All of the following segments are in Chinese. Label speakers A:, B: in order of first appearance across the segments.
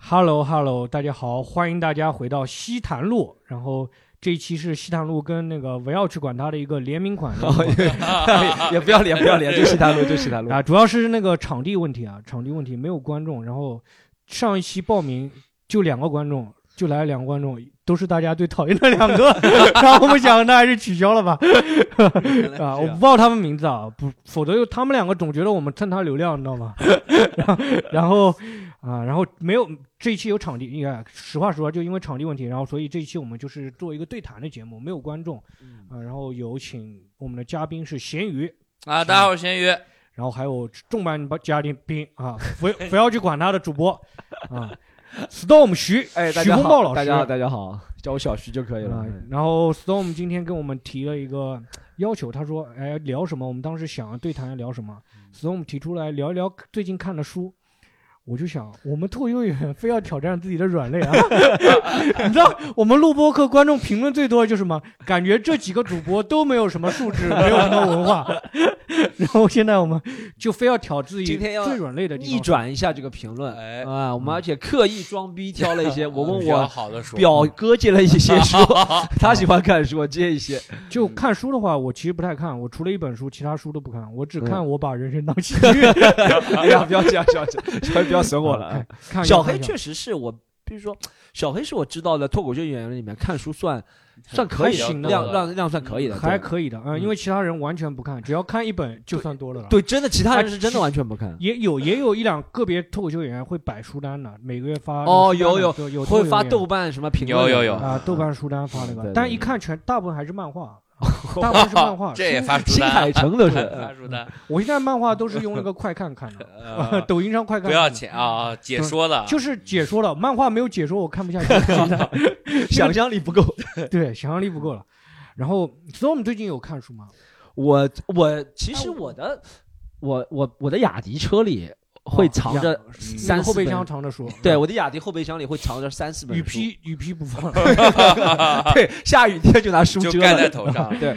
A: Hello Hello，大家好，欢迎大家回到西坛路。然后这一期是西坛路跟那个维奥吃管他的一个联名款，联名 款
B: 哦也不要脸，不要脸，就西坛路，就西坛 路
A: 啊，主要是那个场地问题啊，场地问题没有观众。然后上一期报名就两个观众，就来了两个观众，都是大家最讨厌的两个。然后我们想，那还是取消了吧。 啊，我不报他们名字啊，不，否则又他们两个总觉得我们蹭他流量，你知道吗？ 然后，然后啊，然后没有这一期有场地，应该实话实说，就因为场地问题，然后所以这一期我们就是做一个对谈的节目，没有观众啊，然后有请我们的嘉宾是咸鱼，
C: 啊，大家好，我是咸鱼。
A: 然后还有重磅嘉宾啊， 不不要去管他的主播啊，Storm 徐，
B: 哎，大
A: 徐
B: 家
A: 风暴老
B: 好，
A: 师，
B: 大家好，大家好，叫我小徐就可以了哎
A: 啊。然后 Storm 今天跟我们提了一个要求，他说：“哎，聊什么？我们当时想对谈聊什么？”Storm
B: 嗯
A: 提出来聊一聊最近看的书。我就想，我们脱口秀演员非要挑战自己的软 肋啊！你知道，我们录播课观众评论最多的就是什么？感觉这几个主播都没有什么素质， 没有什么文化。然后现在我们就非要挑自己
B: 今天要
A: 最软肋的地
B: 逆
A: 方。
B: 转一下这个评论
C: 哎，
B: 啊，我们而且刻意装逼挑了一些，我问
C: 比较
B: 我
C: 好的说，
B: 表哥借了一些 书，他喜欢看书，我借一 些。
A: 就看书的话，我其实不太看，我除了一本书，其他书都不看，我只看
B: 嗯
A: 我把人生当喜 剧。
B: 哎呀，不要这样，小小小黑不要损我了啊。
A: 嗯看
B: 小黑确
A: 实
B: 实是我，比如说小黑是我知道的脱口秀演员里面看书算算可以
A: 还行的
B: 量量量算可以的，
A: 还
B: 对
A: 可以的，嗯，
B: 嗯
A: 因为其他人完全不看，只要看一本就算多了了。，
B: 对，真的其他人是真的完全不看。
A: 也有也有一两个别脱口秀演员会摆书单的，每个月发
B: 哦
A: 那个
B: 有
A: 书单的有有
B: 会发
A: 豆
B: 豆瓣什么评
C: 有
B: 论
C: 有
B: 的
C: 有
B: 啊
A: 啊豆瓣书单发那
B: 对对
A: 个
B: 对，
A: 但一看全大部分还是漫 画，大部分是漫画。
C: 这也发书
B: 新
C: 单
B: 海，诚都是 嗯
C: 发书单，
A: 我现在漫画都是用那个快看看的，
C: 呃
A: 抖音上快看
C: 不要
A: 看的。
C: 钱啊，解说的，
A: 就是解说了，漫画没有解说，我看不下去。
B: 想象力不够。
A: 对，想象力不够了。然后，所以我们最近有看书吗？
B: 我我其
A: 哎
B: 实
A: 我
B: 我的我我我的雅迪车里会
A: 哦
B: 藏
A: 雅
B: 着
C: 嗯
A: 那个
B: 嗯三
A: 后
B: 四
A: 备
B: 本
A: 箱藏着书，
B: 对，我的雅迪后备箱里会藏着三四本
A: 雨
B: 书，啊
A: 披雨披不放。
B: 对，下雨天就拿书
C: 就
B: 遮
C: 盖
B: 了
C: 在 头上
B: 对，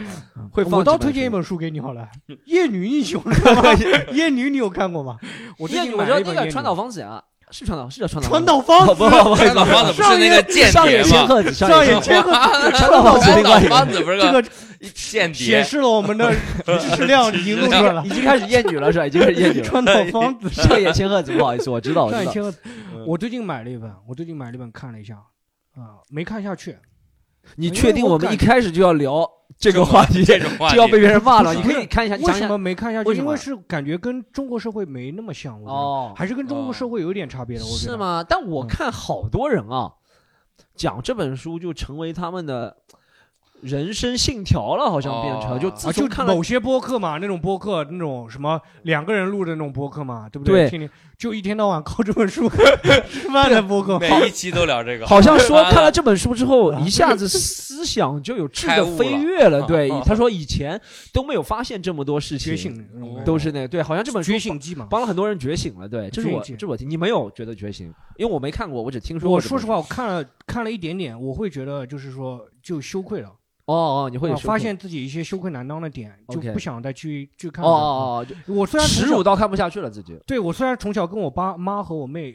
B: 会放。
A: 我倒推荐一，本书给你好了，
B: 嗯
A: 《夜女英雄》你知道吗，《夜女》你有看过吗？我最
B: 叶
A: 近
B: 我
A: 买
B: 知道
A: 了一
B: 那
A: 本
B: 个
A: 夜
B: 川岛芳子啊，是川岛是叫川岛
A: 川
B: 芳子
A: 岛芳子，
B: 哦不不不好意思
C: 川岛芳子不是那个间
B: 上野
C: 谍
B: 千
C: 吗？
B: 鹤子，
A: 上野千鹤
C: 啊
B: 川岛芳子
C: 川
B: 另外
C: 岛
B: 一个
C: 芳子不是
A: 这个
C: 个间
A: 显
C: 谍，
A: 示了我们的知识量已经露出来 了
B: 已。经开始厌女了是吧？已经开始厌女了。
A: 川岛芳 子，
B: 上野千鹤子，不好意思，我知道，我嗯
A: 上野
B: 哦知道。
A: 千鹤子，我最近买了一本，我最近买了一本看了一下，啊，没看下去。
B: 你确定我们一开始就要聊这个
C: 种
B: 话题，
C: 这种话
B: 就
C: 题
B: 要被别人骂了？
A: 不
B: 你
A: 是
B: 可以看一下，
A: 为
B: 讲一
A: 什
B: 下
A: 么没看下去？
B: 为什
A: 因
B: 么
A: 为是感觉跟中国社会没那么像，我觉得
B: 哦，
A: 还是跟中国社会有点差别的，我觉得
B: 是？吗？但我
A: 嗯
B: 看好多人啊，讲这本书就成为他们的人生信条了，好像变成
C: 哦
B: 就自
A: 啊，就
B: 从看了
A: 某些播客嘛，那种播客，那种什么两个人录的那种播客嘛，对不
B: 对
A: 天天就一天到晚靠这本书 吃饭的播客，
C: 每一期都聊这个，
B: 好像说
C: 完
B: 看了这本书之
A: 啊
B: 后，一下子思想就有质的飞跃了。
C: 开悟了
B: 对
C: 啊啊，
B: 他说以前都没有发现这么多事
A: 觉
B: 情，
A: 醒那种感觉
B: 都是那个对，好像这本书
A: 觉醒记嘛。
B: 帮了很多人觉醒了。对，这是我，
A: 觉醒
B: 这是我听，你没有觉得觉醒？因为我没看过，我只听说过。
A: 我说实，话，我看了看了一点点，我会觉得就是说就羞愧了，
B: 哦哦，你会有
A: 啊
B: 羞
A: 发
B: 愧
A: 现自己一些羞愧难当的点，就
B: OK
A: 不想再去去看
B: 哦
A: 了。
B: 哦哦就
A: 我虽然从
B: 耻
A: 小
B: 辱到看不下去了自己。
A: 对我虽然从小跟我爸妈和我妹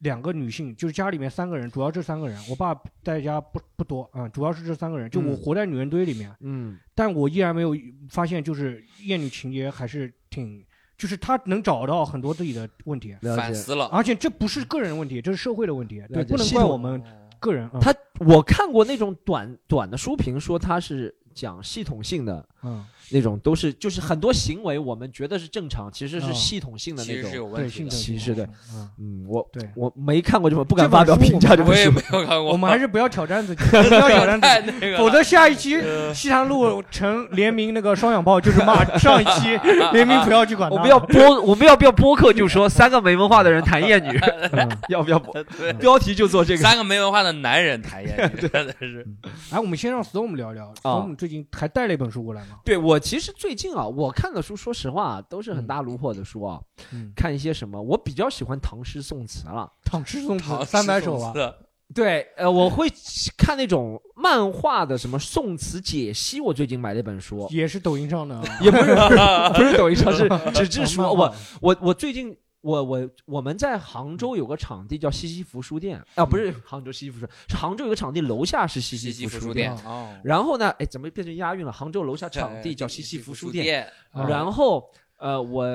A: 两个女性，就是家里面三个人，主要这三个人，我爸在家不不多啊、主要是这三个人，就我
B: 嗯
A: 活在女人堆里面，
B: 嗯，
A: 但我依然没有发现，就是厌女情节还是挺，就是他能找到很多自己的问题，
B: 了
C: 反
B: 解。啊
C: 思了，
A: 而且这不是个人问题，这是社会的问题，对，
B: 了解
A: 不能
B: 系
A: 怪
B: 统
A: 我们个人啊。
B: 他我看过那种短短的书评，说他是讲系统性的
A: 嗯，
B: 那种，都是就是很多行为我们觉得是正常，其实
A: 哦
B: 是系统性的
C: 其
B: 那
C: 实
B: 种。
C: 是有问
A: 对，
C: 题
A: 性
C: 的
A: 格。
B: 歧视的，
A: 嗯，
B: 嗯，我
A: 对。
B: 我没看过这本，不敢
A: 这本
B: 发表
A: 书我
B: 评价这
C: 我
B: 本
C: 也
B: 书。
C: 没有看过，
A: 我们 还是不要挑战自己，不要挑战自
C: 太
A: 己，
C: 那个
A: 否
C: 了。
A: 则下一期
C: 呃
A: 西坛路成联名那个双响炮就是骂 上一期联名不要去管他。
B: 我们要播，我们要不要播客？就说三个没文化的人谈厌 女，
A: 嗯
B: 要不要 播？
C: 对
B: 标题就做这个。
C: 三个没文化的 男人谈恋爱，真的是
A: 哎，我们先让 Storm 聊
B: 啊
A: 聊，Storm 最近还带了一本书过来吗？
B: 对我其实最近啊，我看的书，说实话啊都是
C: 嗯
B: 很大炉火的书啊。
A: 嗯，
B: 看一些什么，我比较喜欢唐诗宋词了。
A: 唐诗宋词
C: 唐诗
A: 三百首啊
C: 宋，词
B: 对，呃，我会看那种漫画的什么宋词解析。我最近买了一 本书，
A: 也是抖音上的啊，
B: 也不是不是抖音上是纸质书。
A: 漫
B: 哦我
A: 画
B: 我我最近我我我们在杭州有个场地叫西西弗书店啊，不是杭州西西弗书，是杭州有个场地楼下是西
C: 西西
B: 弗
C: 弗书
B: 店。
C: 店
A: 店
C: 哦，
B: 然后呢，哎，怎么变成押韵了？杭州楼下场地叫西西
C: 西
B: 弗
C: 书
B: 书店。
A: 啊
B: 然后呃，我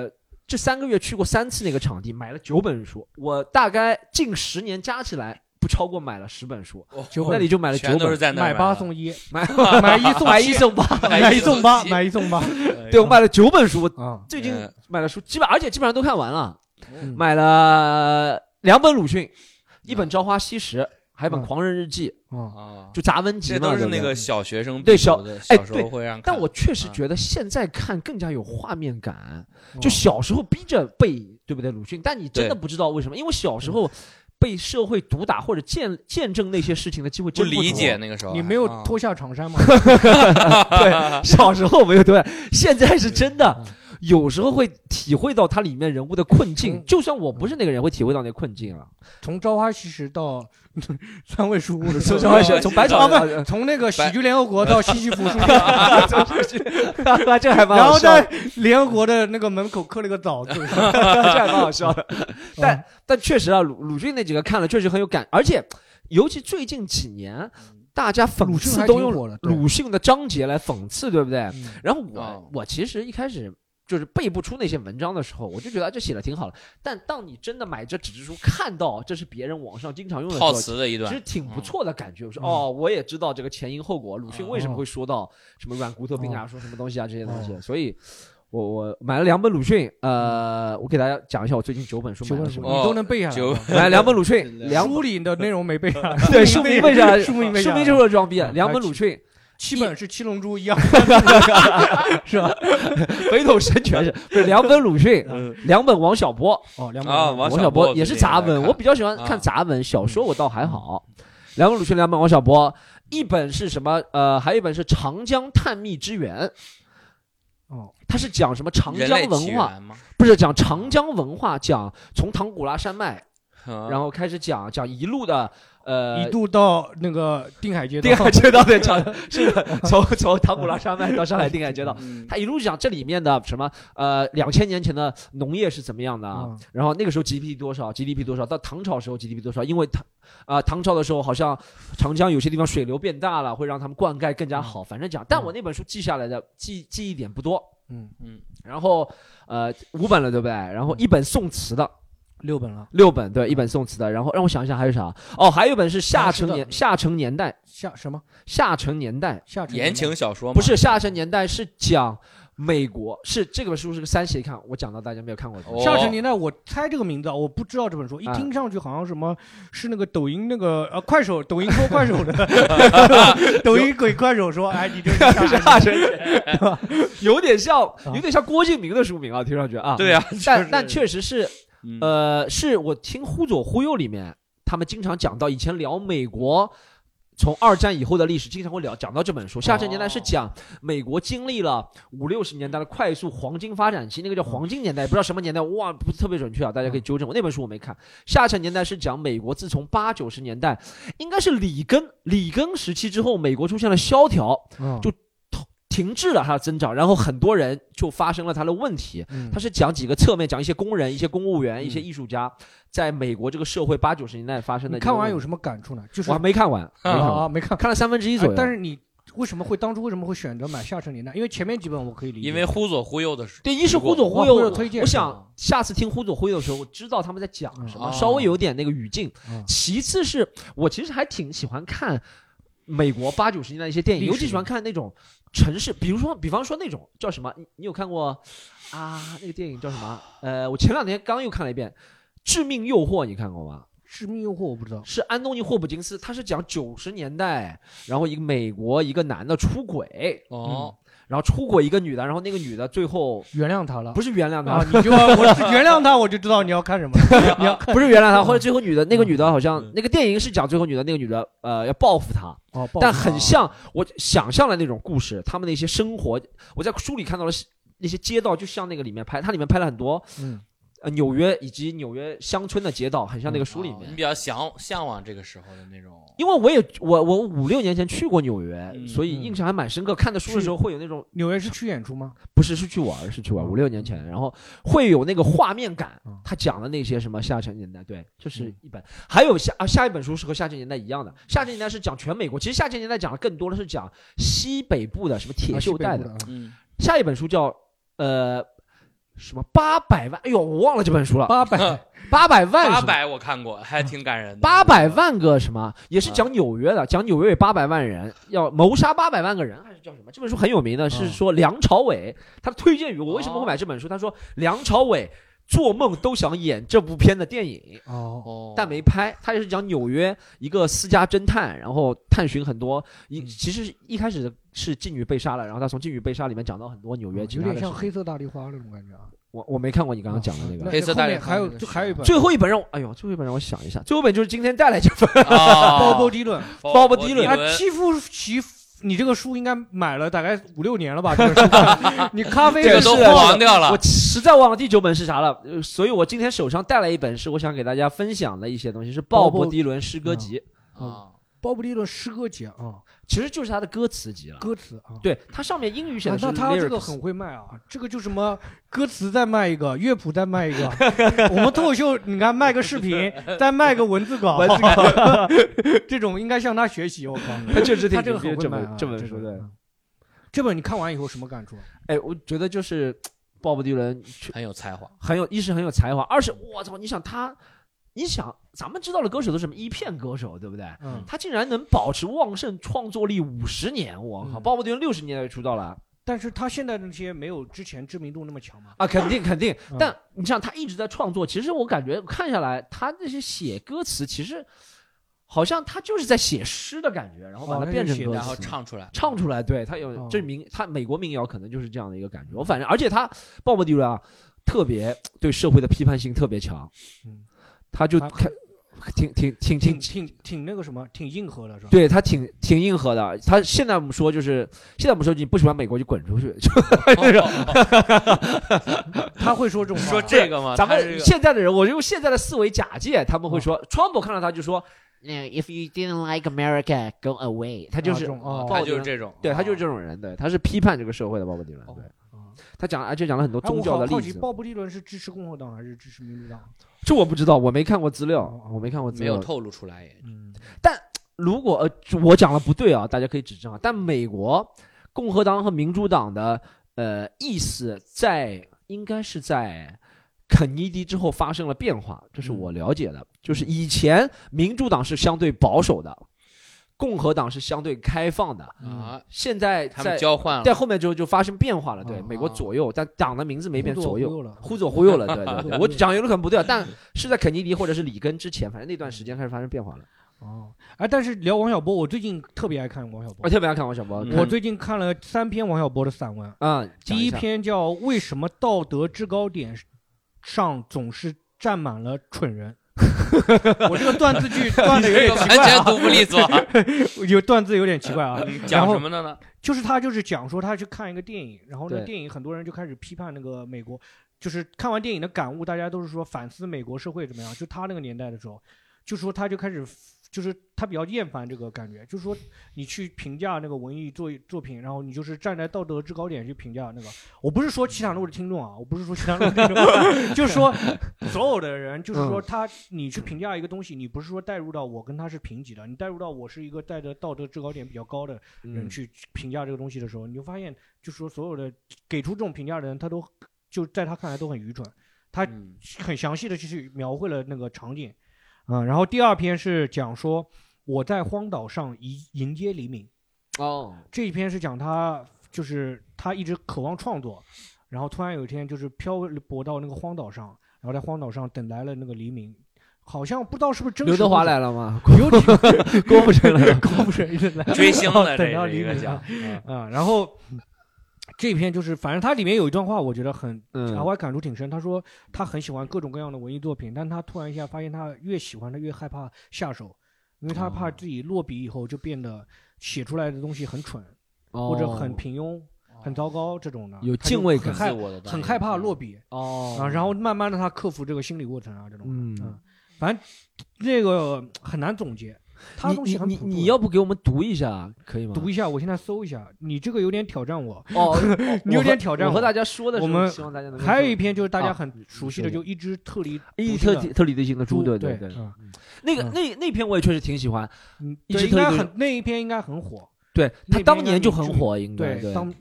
B: 这三个月去过三次那个场地，买了九本书，我大概近十年加起来不超过买了十本书，
C: 哦
A: 九
B: 那
A: 本
B: 里就买了
C: 全
B: 九
C: 都
B: 本
C: 是，在那
A: 买
C: 儿
A: 八
C: 的
A: 送一，
B: 买
C: 啊
A: 买一 送
B: 买
A: 七
B: 一送八，
A: 买一送八，
C: 七哎
A: 买一送八
B: 对我买了九本书，
A: 啊！
B: 最近
C: 嗯
B: 买的书基本而且基本上都看完了，
A: 嗯
B: 买了两本鲁迅，一本《
C: 嗯
B: 朝花夕拾》，还有一本
A: 嗯
B: 《狂人日记》，
A: 啊，
C: 啊，
B: 就杂文集
C: 这
B: 嘛，
C: 都是
B: 对不
C: 那
B: 对
C: 个嗯小学生
B: 对
C: 必
B: 小
C: 读的
B: 哎
C: 小时
B: 对
C: 候会让看，
B: 但我确实觉得现在看更加有画面感，
A: 嗯
B: 就小时候逼着背，对不对，鲁迅？但你真的
C: 哦对嗯
B: 不知道为什么，因为小时候被社会毒打或者见见证那些事情的机会
C: 不
B: 真
C: 理
B: 多
C: 解。那个时候还，
A: 你没有
C: 啊
A: 脱下长衫吗？
B: 对，小时候没有对，现在是真的，
A: 嗯
B: 有时候会体会到它里面人物的困境。
A: 嗯
B: 就算我不是那个人，会体会到那困境了。
A: 从《朝花夕拾》到三味书屋的时
B: 从
A: 候，
B: 小开始，从白
A: 啊
B: 草
A: 不是从那个喜剧联合国到西西弗 书店，
B: 这还蛮
A: 然
B: 好
A: 后
B: 笑
A: 在
B: 的，
A: 联合国的那个门口刻了个枣 字，
B: 这还蛮好笑的。
A: 但
B: 但确实啊，鲁鲁迅那几个看了确实很有感，而且尤其最近几年，大家讽
A: 嗯鲁迅
B: 刺
A: 还
B: 都
A: 挺
B: 用
A: 火的，对
B: 鲁迅的章节来讽刺，对不对？
A: 嗯
B: 然后我、
C: 哦
B: 我其实一开始就是背不出那些文章的时候，我就觉得啊这写的挺好的。但当你真的买这纸质书，看到这是别人网上经常用的时
C: 套
B: 候，
C: 词的一
B: 其
C: 段
B: 实，挺不错的感觉。我说
A: 嗯
B: 哦，我也知道这个前因后果，鲁迅为什么
A: 哦
B: 会说到什么软骨头
A: 嗯
B: 病啊，说什么东西啊这些东西，
A: 哦
B: 所以。我我买了两本鲁迅，呃，我给大家讲一下我最近九本书
A: 嗯九
B: 买了
A: 本
B: 什
A: 书
B: 么
A: 你。
C: 哦
A: 都能背下来
C: 九
A: 吗，
B: 买了两本鲁 迅，两
A: 书里的内容没背下来，
B: 对书名背下来，
A: 书
B: 书
A: 名
B: 名
A: 背下来，
B: 就是装逼，啊
A: 嗯
B: 两本鲁迅，
A: 七本是《七龙珠》一样，
B: 是吧？北斗神拳是不是两本鲁迅，
A: 嗯
B: 两本王小波，
A: 哦，两本
C: 啊，
B: 王
C: 王小
B: 波也是杂
C: 最
B: 文，
C: 近也在看
B: 我比较喜欢
C: 啊
B: 看杂文，小说我倒还好。两本鲁迅，两本王小波，一本是什么？呃，还有一本是《长江探秘之源》。
A: 哦，
B: 它是讲什么长
C: 人
B: 江
C: 类起
B: 文化？
C: 源吗？
B: 不是讲长江文化，讲从唐古拉山脉，
C: 然
B: 然后开始讲讲一路的呃
A: 一度到那个定海街道
B: 定，海街道的长 是的，从从唐古拉山脉到上海定海街道，
C: 嗯
B: 他一路讲这里面的什么呃两千年前的农业是怎么样的啊，
A: 嗯
B: 然后那个时候 GDP 多少，GDP 多少，到唐朝时候 GDP 多少，因为唐啊、唐朝的时候好像长江有些地方水流变大了，会让他们灌溉更加好，反正讲，但我那本书记下来的记记忆点不多，
A: 嗯
C: 嗯，
B: 然后呃五本了对不对？然后一本宋词的。
A: 六本了，
B: 六本对，一本宋词的，然后让我想一想还有啥哦，还有一本是夏城年
A: 唐诗的
B: 夏城年代
A: 下什么
B: 夏城年代，
A: 下沉
C: 言情小说吗
B: 不是《下沉年代》，是讲美国，是这本书是个三协看，我讲到大家没有看过的东西。
A: 下
C: 哦
A: 沉年代，我猜这个名字啊，我不知道这本书，一
B: 哎
A: 听上去好像什么是那个抖音那个呃快手，抖音说快手的，抖音鬼快手说，哎，你这是下沉年代
B: 下沉 年代有点 像，有点像郭敬明的书名啊，听上去啊。
C: 对啊，
B: 但但确实是，
C: 嗯
B: 呃，是我听《忽左忽右》里面他们经常讲到，以前聊美国。从二战以后的历史，经常会聊讲到这本书《下沉年代》，
C: 哦
B: 是讲美国经历了五六十年代的快速黄金发展期，那个叫黄金年代，不知道什么年代，哇，不是特别准确啊，大家可以纠正我。那本书我没看，《下沉年代》是讲美国自从八九十年代，应该是里根里根时期之后，美国出现了萧条，
A: 嗯
B: 就停滞了它的增长，然后很多人就发生了它的问题。
A: 嗯
B: 它是讲几个侧面，讲一些工人、一些公务员、
A: 嗯
B: 一些艺术家，在美国这个社会八九十年代发生
A: 嗯
B: 的
A: 你
B: 这个
A: 看
B: 问题。
A: 完有什么感触呢？就是
B: 我还没看完，没看完
A: 啊，没看，
B: 看了三分之一左右。
A: 哎但是你为什么会当初为什么会选择买下沉年代？因为前面几本我可以理解，
C: 因为忽左忽右的时
B: 对，一是
C: 如果
B: 忽左
A: 我
B: 忽
A: 会有
B: 右。
A: 推荐，
B: 我想下次听忽左忽右的时候，我知道他们在讲什么，
C: 嗯
B: 稍微有点那个语境。
A: 嗯
B: 其次是我其实还挺喜欢看美国八九十年代一些电影，
A: 历史
B: 尤其喜欢看那种城市，比如说，比方说那种叫什么，你你有看过啊？那个电影叫什么？呃，我前两天刚又看了一遍《致命诱惑》，你看过吗？
A: 致命诱惑我不知道，
B: 是安东尼·霍普金斯，他是讲九十年代，然后一个美国一个男的出轨，
C: 候哦，
B: 然后出轨一个女的，然后那个女的最后
A: 原谅他了
B: 不是原谅 他
A: 啊，，你就要我是原谅他，我就知道你要看什么了，你
C: 啊
A: 要
B: 不是原谅他，或者最后女的那个女的好像
C: 嗯
B: 那个电影是讲最后女的那个女的呃要报复他，
A: 哦，不好
B: 但
A: 意思
B: 很像我想象的那种故事，他们的一些生活，我在书里看到了那些街道，就像那个里面拍，它里面拍了很多
A: 嗯
B: 呃纽约以及纽约乡村的街道，很像那个书里面。
C: 啊你比较向向往这个时候的那种，
B: 因为我也我我五六年前去过纽约，
C: 嗯
B: 所以印象还蛮深刻。看的书的时候会有那种
A: 纽约是去演出吗？
B: 不是是去玩儿是去玩儿，五六年前，然后会有那个画面感
A: 嗯。
B: 他讲的那些什么下沉年代，对，就是
A: 嗯
B: 一本，还有下啊下一本书是和下沉年代一样的，下沉年代是讲全美国，其实下沉年代讲的更多的是讲西北部的什么铁
A: 啊
B: 锈带的，
A: 西北部啊
C: 嗯，
B: 下一本书叫呃什么八百万？哎呦，我忘了这本书了。
A: 八 百
B: 八百万
C: 八
B: 是吧
C: 百我看过，还挺感人的。
B: 八百万个什么？也是讲纽约的，讲纽约有八百万人要谋杀八百万个人，还是叫什么？这本书很有名的，是说梁朝伟他推荐于我。为什么会买这本书？他说梁朝伟做梦都想演这部片的电影。
A: 哦，
C: 哦，
B: 但没拍。他也是讲纽约一个私家侦探，然后探寻很多一
A: 嗯
B: 其实一开始是妓女被杀了，然后他从妓女被杀里面讲到很多纽约
A: 哦
B: 其
A: 有
B: 他的
A: 点
B: 事
A: 像
B: 情。
A: 黑哦色大丽花那种感觉啊。
B: 我我没看过你刚刚讲的那
A: 那
B: 个。
C: 黑色
A: 后
C: 大
A: 面
C: 丽花
A: 还有
C: 那个
A: 就是还有一本
B: 最后一本让我，哎呦，最后一本让我想一下，最后一本就是今天带来这本，
A: 鲍
C: 鲍
A: 勃迪伦，
B: 鲍勃
C: 迪
B: 迪伦
A: 啊，欺负媳妇。你这个书应该买了大概五六年了吧？这个 书，你咖啡
C: 这
A: 的
C: 个
A: 事
C: 都
B: 是
C: 黄掉
B: 我
C: 了，
B: 实在忘了第九本是啥了，呃所以我今天手上带来一本是我想给大家分享的一些东西，是鲍
A: 鲍
B: 勃
A: 勃嗯
B: 迪伦诗歌集，嗯
C: 啊，
A: 鲍勃迪伦诗歌节啊，
B: 其实就是他的歌词集了。
A: 歌词啊，
B: 对，它上面英语写
A: 啊
B: 的是
A: 那他这个
B: lyrics
A: 很会卖啊，这个就什么歌词再卖一个，乐谱再卖一 个，我们脱口秀你看卖个视频，再卖个文字稿，
B: 文字
A: 这种应该向他学习。我靠，
B: 嗯他确实挺
A: 他这个
B: 牛逼
A: 很会
B: 的这
A: 卖
B: 本
A: 啊，
B: 这本
A: 这
B: 书
A: 个
B: 对。
A: 嗯这本你看完以后什么感触？
B: 哎，我觉得就是鲍勃迪伦确
C: 很有才华，
B: 很有，一是很有才华，二是我操，你想他，你想咱们知道的歌手都是什么一片歌手，对不对？
A: 嗯，
B: 他竟然能保持旺盛创作力五十年，我靠！
A: 嗯
B: 鲍勃迪伦六十年代就出道了
A: 但是他现在那些没有之前知名度那么强嘛？
B: 啊，肯定肯定
A: 嗯。
B: 但你想他一直在创作，其实我感觉看下来，他那些写歌词其实好像他就是在写诗的感觉，然后把
A: 哦
B: 它
A: 那
B: 变
A: 就
B: 成
A: 写
B: 歌词，
C: 然后唱出来，
B: 唱出来，对他有、
A: 哦
B: 这民他美国民谣可能就是这样的一个感觉。我反正而且他鲍勃迪伦啊，特别对社会的批判性特别强，
A: 嗯
B: 他就
A: 他
B: 看挺挺挺
A: 挺
B: 挺，
A: 挺挺那个什么，挺硬核的是吧？
B: 对他挺挺硬核的。他现在我们说就是现在我们说你不喜欢美国就滚出去， 就
C: 哦哦
A: 他会说这种
C: 哦
A: 话。
C: 说这个吗？
B: 咱
C: 他这
B: 们
C: 个哦
B: 现在的人，我用现在的思维假借，他们会说，川普看到他就说
D: No, if you didn't like America, go away.
B: 他就
A: 啊这
B: 是
A: 种哦
B: 鲍
C: 他
B: 勃迪
C: 就是
B: 伦。
C: 这种，啊哦
B: 对他就是这
C: 种，
B: 种人，对，他是批判这个社会的鲍勃迪伦，对，
A: 啊
B: 他讲，而且讲了很多
A: 哎
B: 宗
A: 我
B: 教
A: 好
B: 的
A: 好
B: 例
A: 奇，
B: 子。
A: 鲍勃迪伦是支持共和党还是支持民主党？
B: 这我不知道，我没看过资料
A: 哦，哦
B: 我没看过资
C: 没有
B: 料。
C: 透露出来也，
A: 嗯，
B: 如果呃我讲的不对啊，大家可以指正啊。但美国共和党和民主党的呃意思在应该是在肯尼迪之后发生了变化，这是
C: 嗯
B: 我了解的。就是以前民主党是相对保守的，共和党是相对开放的。
A: 嗯
C: 啊，
B: 现嗯在
C: 他们
B: 在
C: 交换 了，哦
B: 在后面之后就发生变化了，对，
A: 啊
B: 美国左右，但党的名字没变，
A: 忽左
B: 左右。
A: 了。
B: 忽左忽右了，对对
A: 忽左
B: 对，
A: 忽右
B: 我讲有可能不对啊，
C: 嗯
B: 但是在肯尼迪或者是里根之前，反正那段时间开始发生变
C: 嗯
B: 化了。
A: 哦，哎，但是聊王小波，我最近特别爱看王小波
B: 我。特别爱看王小波，
C: 嗯
A: 我最近看了三篇王小波的散文，
B: 啊，
A: 第
B: 讲
A: 一
B: 下
A: 篇叫《为什么道德制高点上总是站满了蠢 人》。我这个断字句断的有点
C: 这个完
A: 奇怪、
C: 全
A: 啊，
C: 独不利索，
A: 有断字有点奇怪啊。
C: 嗯讲什么的呢？
A: 就是他就是讲说他去看一个电影，然后呢，
B: 对
A: 电影很多人就开始批判那个美国，就是看完电影的感悟，大家都是说反思美国社会怎么样。就他那个年代的时候，就说他就开始，就是他比较厌烦这个感觉，就是说你去评价那个文艺作作品，然后你就是站在道德制高点去评价那个。我不是说七场路的听众啊，我不是说七场路的听众，就是说所有的人，就是说他你去评价一个东西，你不是说带入到我跟他是平级的，你带入到我是一个带着道德制高点比较高的人
B: 嗯
A: 去评价这个东西的时候，你就发现，就说所有的给出这种评价的人，他都就在他看来都很愚蠢，他
C: 嗯
A: 很详细的去描绘了那个场景，嗯，然后第二篇是讲说我在荒岛上迎迎接黎明，
B: 哦，
A: 这一篇是讲他就是他一直渴望创作，然后突然有一天就是漂泊到那个荒岛上，然后在荒岛上等来了那个黎明，好像不知道是不是真实
B: 刘德华
A: 故事
B: 来了 吗？
A: 有点
B: 郭富 城来了，
A: 高不成人来了，
C: 追星 的
A: 等
C: 这
A: 到
C: 是
A: 黎
C: 一个
A: 明
C: 讲
A: 啊，啊，然后这篇就是，反正它里面有一段话，我觉得很
B: 嗯
A: 我还感触挺深。他说他很喜欢各种各样的文艺作品，但他突然一下发现，他越喜欢，他越害怕下手，因为他怕
B: 哦
A: 自己落笔以后就变得写出来的东西很蠢、
B: 哦
A: 或者很平庸。很糟糕这种的，
B: 有
A: 他就
B: 敬畏
A: 很
B: 感
A: 害
C: 自我的
A: 很害怕落笔
B: 哦
A: 啊，然后慢慢的他克服这个心理过程啊，这种
B: 嗯
A: 嗯，反正这个很难总结，他的东西
B: 你
A: 很
B: 你
A: 朴素
B: 你
A: 的
B: 要不给我们读一下可以吗？
A: 读一下，我现在搜一下，你这个有点挑战我，
B: 哦，
A: 你有点挑战
B: 我和大
A: 家。
B: 家说的时候，
A: 我们
B: 希望大家能够
A: 还有一篇就是大
B: 啊
A: 家很熟悉的，
B: 你说
A: 就一只特立
B: 一
A: 独
B: 特
A: 行
B: 立
A: 的
B: 特立独行的猪，对
A: 对
B: 对，
A: 嗯
B: 那个
A: 嗯
B: 那那篇我也确实挺喜欢，
A: 嗯，
B: 一
A: 对
B: 只
A: 应
B: 特立
A: 该
B: 独
A: 很那一篇应该很火，
B: 对
A: 那
B: 他
A: 篇
B: 当
A: 应该
B: 年就
A: 有
B: 很
A: 注
B: 火，应该嗯对。
A: 当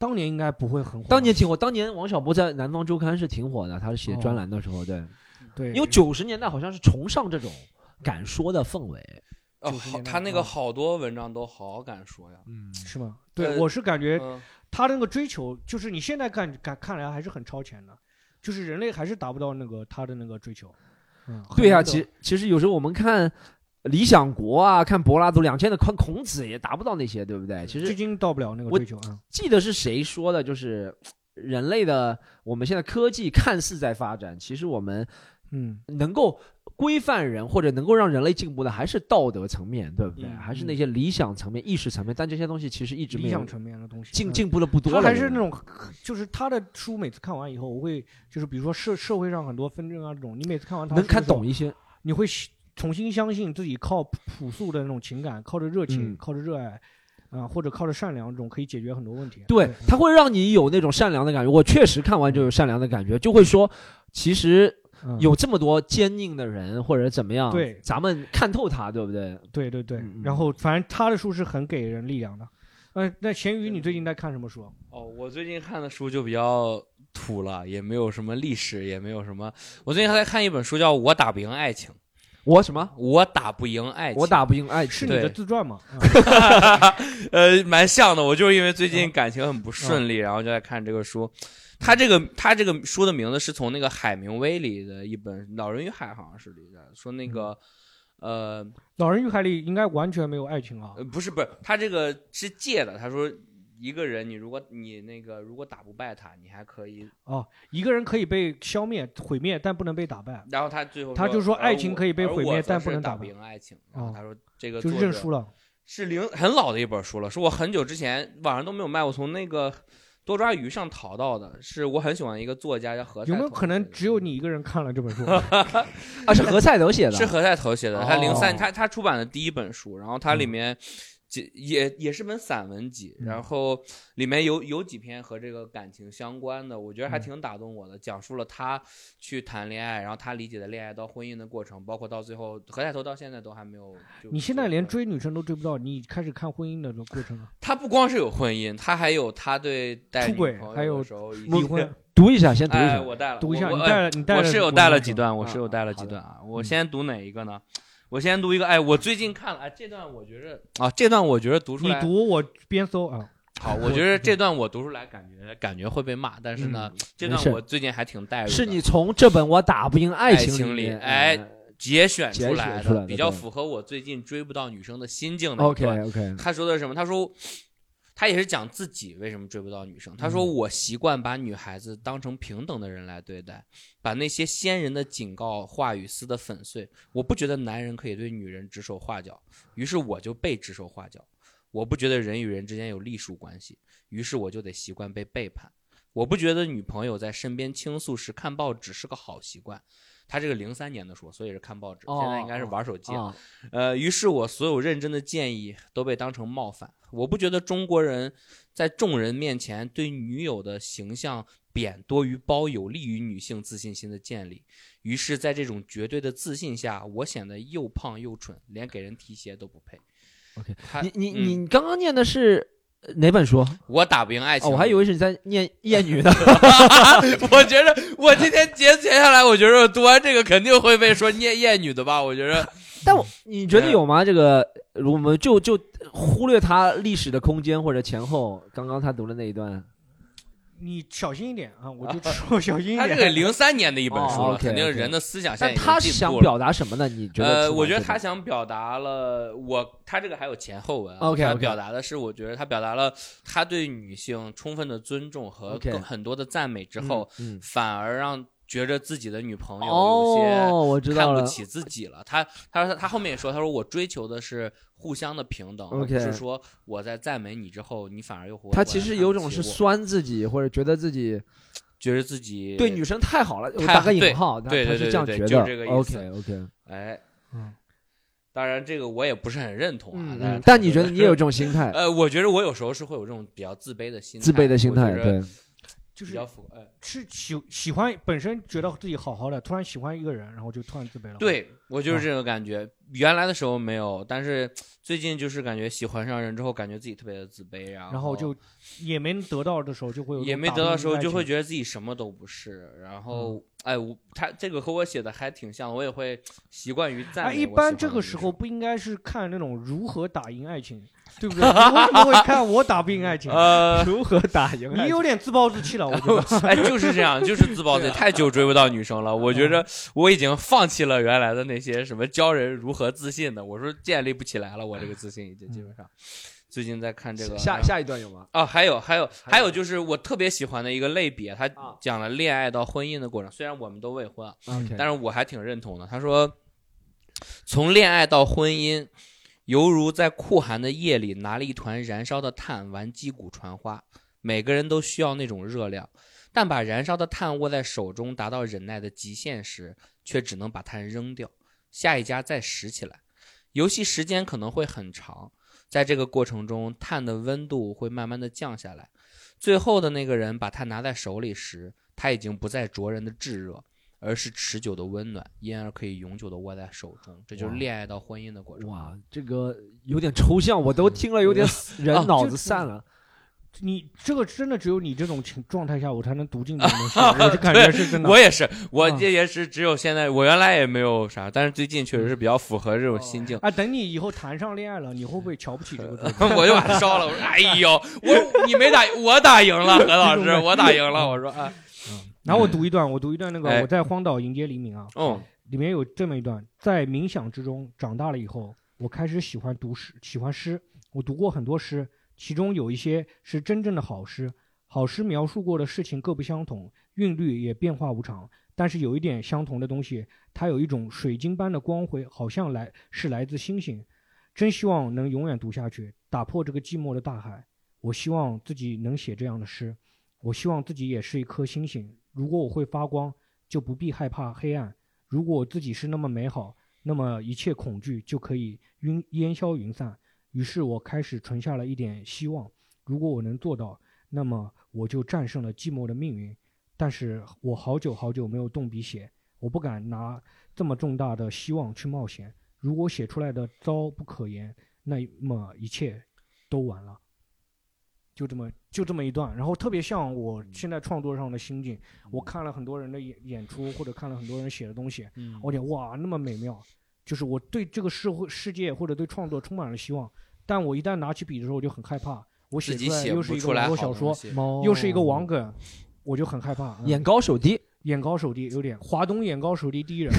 A: 当年应该不会很火吧，
B: 当年挺火，当年王小波在《南方周刊》是挺火的，他是写专栏的时候，对，
A: 对，
B: 因为九十年代好像是崇尚这种敢说的氛围，
C: 哦，
A: 90
C: 好
A: 年代
C: 他那个
A: 啊
C: 好多文章都好敢说呀。
B: 嗯，
A: 是吗？对，
C: 呃
A: 我是感觉
C: 嗯，
A: 他的那个追求，就是你现在看看看来还是很超前的，就是人类还是达不到那个他的那个追求。嗯，
B: 对呀、
A: 很难得
B: 其其实有时候我们看《理想国》啊，看柏拉图两千的，看孔子也达不到那些，对不对？其
A: 至
B: 实
A: 今到不了那个
B: 我
A: 追求啊。
B: 记得是谁说的，就是人类的我们现在科技看似在发展，其实我们
A: 嗯，
B: 能够规范人或者能够让人类进步的，还是道德层面，对不对？
C: 嗯
B: 还是那些理想层面、意识层面，但这些东西其实一直没
A: 理
B: 有
A: 想层面的东西，
B: 进
A: 嗯
B: 进步的不多
A: 他
B: 了。
A: 还
B: 对
A: 是
B: 不
A: 那
B: 对
A: 种，就是他的书，每次看完以后，我会就是比如说社社会上很多纷争啊这种，你每次看完他的
B: 能看
A: 书的时候
B: 懂，一些，
A: 你会喜重新相信自己靠朴朴素的那种情感，靠着热情，
B: 嗯
A: 靠着热爱，啊、或者靠着善良，这种可以解决很多问题。
B: 对，它会让你有那种善良的感觉。我确实看完就有善良的感觉，就会说，其实
A: 嗯
B: 有这么多坚硬的人或者怎么样，
A: 对
B: 咱们看透他，对不对？
A: 对对对，
B: 嗯嗯
A: 然后反正他的书是很给人力量的。嗯、那咸鱼，你最近在看什么书？啊
C: 哦，我最近看的书就比较土了，也没有什么历史，也没有什么。我最近还在看一本书，叫《我打不赢爱情》，
B: 我什么？
C: 我打不赢爱情，
B: 我打不赢爱
A: 是
B: 情
A: 你。的
C: 对
A: 自传吗？ 啊
C: 呃，蛮像的。我就是因为最
A: 嗯
C: 近感情很不顺利，然后就在看这个书。他这个他这个书的名字是从那个海明威里的一本《老人与海》好像是里的，说那
A: 嗯
C: 个。呃，
A: 老人与海》里应该完全没有爱情啊。
C: 呃不是不是，他这个是借的。他说，一个人你如果你那个如果打不败他，你还可以。
A: 哦，一个人可以被消灭、毁灭，但不能被打败，
C: 然后他最后
A: 他就说
C: 说
A: 爱情可以被
C: 而我
A: 毁灭
C: 而我则
A: 但
C: 是
A: 不能打
C: 打
A: 败
C: 赢爱情。然后
A: 哦
C: 他说这个
A: 就
C: 作
A: 认
C: 者
A: 输了。
C: 是零很老的一本书了，是我很久之前网上都没有卖，我从那个多抓鱼上淘到的，是我很喜欢一个作家叫何
A: 有
C: 塞
A: 没有
C: 头
A: 可能
C: 写的嗯
A: 只有你一个人看了这 本书？
B: 啊，是何赛德写的。
C: 是何塞头写的，他
B: 哦
C: 零三他他出版的第一本书，然后它里
A: 嗯
C: 面几。也也是本散文集，然后里面有有几篇和这个感情相关的，我觉得还
A: 嗯
C: 挺打动我的，讲述了他去谈恋爱，然后他理解的恋爱到婚姻的过程，包括到最后何太头到现在都还没有。就
A: 你现在连
C: 就
A: 追女生都追不到，你开始看婚姻的过程啊了。
C: 他不光是有婚姻，他还有他对带
A: 出
C: 女
A: 轨
C: 朋友
A: 还有
C: 的时候以及
A: 离 婚，
B: 读一下，先读一
C: 哎，
B: 下。
C: 我带了，
A: 读一下，
C: 我
A: 你
C: 我
A: 带了，你带了，
C: 我是有带了几
A: 段。
C: 段，我是有带了几段啊。
A: 嗯
C: 我先读哪一个呢？我先读一个，哎，我最近看了，哎，这段我觉着啊，这段我觉着读出
A: 你
C: 来
A: 读，我边搜啊。
C: 好，我觉着这段我读出来感觉感觉会被骂，但是
A: 嗯
C: 呢，这
B: 没
C: 段
B: 事
C: 我最近还挺带入的，
B: 是你从这本《我打不赢爱
C: 爱情
B: 里
C: 里
B: 面，嗯
C: 哎节选
B: 节
C: 出
B: 选
C: 来
B: 出来的
C: 的，比较
B: 对
C: 符合我最近追不到女生的心境的一
B: ，OK
C: 段。
B: OK，
C: 他说的是什么？他说，他也是讲自己为什么追不到女生。他说，
B: 嗯
C: 我习惯把女孩子当成平等的人来对待，把那些先人的警告话语撕得粉碎。我不觉得男人可以对女人指手画脚，于是我就被指手画脚。我不觉得人与人之间有隶属关系，于是我就得习惯被背叛。我不觉得女朋友在身边倾诉时看报纸是个好习惯。他这个零三年的书，所以是看报纸，现在应该是
B: 哦
C: 玩手机了。
D: Oh,
B: 啊，
C: 呃，于是我所有认真的建议都被当成冒犯。我不觉得中国人在众人面前对女友的形象贬多于褒有利于女性自信心的建立。于是，在这种绝对的自信下，我显得又胖又蠢，连给人提鞋都不配。
B: OK，
C: 他
B: 你你
C: 嗯
B: 你刚刚念的是呃哪本书？
C: 我打不赢爱情，
B: 哦，我还以为是你在念艳女呢。
C: 我觉得我今天节节下来，我觉得读完这个肯定会被说念厌女的吧？我觉得
B: 但我你觉得有吗？这个我们就就忽略它历史的空间或者前后。刚刚他读的那一段，
A: 你小心一点啊！我就说小心一
C: 他这个
A: 点。啊
C: 零三年的一本书
B: 哦
C: 了，
B: ，OK，
C: 肯定
B: OK
C: 人的思想现在
B: 但
C: 已经
B: 他
C: 进
B: 想
C: 步了
B: 表达什么呢？你觉得？
C: 呃，我觉得他想表达了我，他这个还有前后文啊。
B: OK，OK
C: 他表达的是，我觉得他表达了他对女性充分的尊重和
B: OK
C: 更很多的赞美之
B: 之
C: 后，
B: 嗯，
C: 反而让觉着自己的女朋友有些、
B: 哦，我知道
C: 看
B: 了
C: 不。起自己了。他他他他后面也说，他说我追求的是互相的平等
B: OK
C: 而不是说我在赞美你之后，你反而又回
B: 他其实有种是
C: 酸，
B: 酸自己，或者觉得自己
C: 觉得自己
B: 对女生太好了，我
C: 太
B: 打个
C: 对
B: 引号，他
C: 对
B: 他
C: 对
B: 是
C: 对
B: 这样
C: 对
B: 觉
C: 就
B: 得
C: 这个。意思
B: OK OK，
C: 哎，
A: 嗯
C: 当然这个我也不是很认同啊。
B: 嗯，
C: 但
B: 但
C: 是
B: 你觉 得你也有这种心态，
C: 呃，我觉得我有时候是会有这种比较自卑的心态，
B: 自卑的心态，
C: 我觉着
B: 对，
A: 就
C: 比
A: 是
C: 较符合。呃
A: 是喜喜欢本身觉得自己好好的，突然喜欢一个人，然后就突然自卑了。，
C: 对我就是这种感觉，原来的时候没有，但是最近就是感觉喜欢上人之后，感觉自己特别的自卑，然后
A: 然后就也没得到的时候，就会有
C: 哦也没得到的时候，就会
A: 得
C: 觉得自己什么都不是。然后，
A: 嗯
C: 哎，我他这个和我写的还挺像，我也会习惯于赞美我
A: 哎，
C: 喜
A: 一
C: 欢的女生。
A: 般这个时候不应该是看那种如何打赢爱情，对 不对？你为什么会看我打不赢爱情？
C: 呃，
B: 如何打赢
A: 你有点自暴自弃了，我觉得。
C: 哎，就是这样，就是自暴
A: 啊
C: 自弃，太久追不到女生了。我觉
A: 嗯
C: 着我已经放弃了原来的那些什么教人如何自信的，我说建立不起来了，我这个自信已嗯
A: 嗯
C: 经基本上。最近在看这个
B: 下下一段有吗？
C: 啊，还有还有
B: 有
C: 还有就是我特别喜欢的一个类别，他
B: 啊
C: 讲了恋爱到婚姻的过程。虽然我们都未婚啊，
B: OK，
C: 但是我还挺认同的。他说，从恋爱到婚姻，犹如在酷寒的夜里拿了一团燃烧的炭玩击鼓传花，每个人都需要那种热量，但把燃烧的炭握在手中达到忍耐的极限时，却只能把炭扔掉，下一家再拾起来。游戏时间可能会很长，在这个过程中，炭的温度会慢慢的降下来。最后的那个人把它拿在手里时，它已经不再灼人的炙热，而是持久的温暖，因而可以永久的握在手中。这就是
B: 哇
C: 恋爱到婚姻的过程。
B: 哇，这个有点抽象，我都听了有点
C: 哦
B: 人脑子散了。
A: 你这个真的只有你这种情状态下，我才能读进这种东西， 我就感觉是真的。
C: 我也是，我
B: 啊
A: 嗯
C: 这也是只有现在，我原来也没有啥，但是最近确实是
B: 嗯
C: 比较符合这种心境。
B: 哦
A: 啊，等你以后谈上恋爱了，你会不会瞧不起这个作 品？
C: 我就把它烧了，我说：“哎呦，我你没打，我打赢了，何老 师，我打赢了。”我说：“啊，
A: 嗯然后我读一段，我读一段那个、
C: 哎
A: 我在荒岛迎接黎明啊，
C: 嗯，
A: 里面有这么一段：在冥想之中长大了以后，我开始喜欢读诗，喜欢诗。我读过很多诗，其中有一些是真正的好诗。好诗描述过的事情各不相同，韵律也变化无常，但是有一点相同的东西，它有一种水晶般的光辉，好像来是来自星星。真希望能永远读下去，打破这个寂寞的大海。我希望自己能写这样的诗，我希望自己也是一颗星星。如果我会发光，就不必害怕黑暗。如果自己是那么美好，那么一切恐惧就可以云烟消云散。于是我开始存下了一点希望。如果我能做到，那么我就战胜了寂寞的命运。但是我好久好久没有动笔写，我不敢拿这么重大的希望去冒险。如果写出来的糟不可言，那么一切都完了。就这么就这么一段，然后特别像我
C: 嗯
A: 现在创作上的心境。我看了很多人的演演出，或者看了很多人写的东西，
C: 嗯
A: 我觉得哇，那么美妙，就是我对这个社会世界或者对创作充满了希望，但我一旦拿起笔的时候，我就很害怕，我写
C: 自己
A: 出来
C: 写
A: 又是
C: 不
A: 一个
C: 出
A: 网
C: 来
A: 络
C: 好
A: 小
C: 东
A: 说，
C: 西。
A: 又是一个网梗，我就很害怕。嗯
B: 哦眼高手低，
A: 眼高手低，有点华东眼高手低第一 人，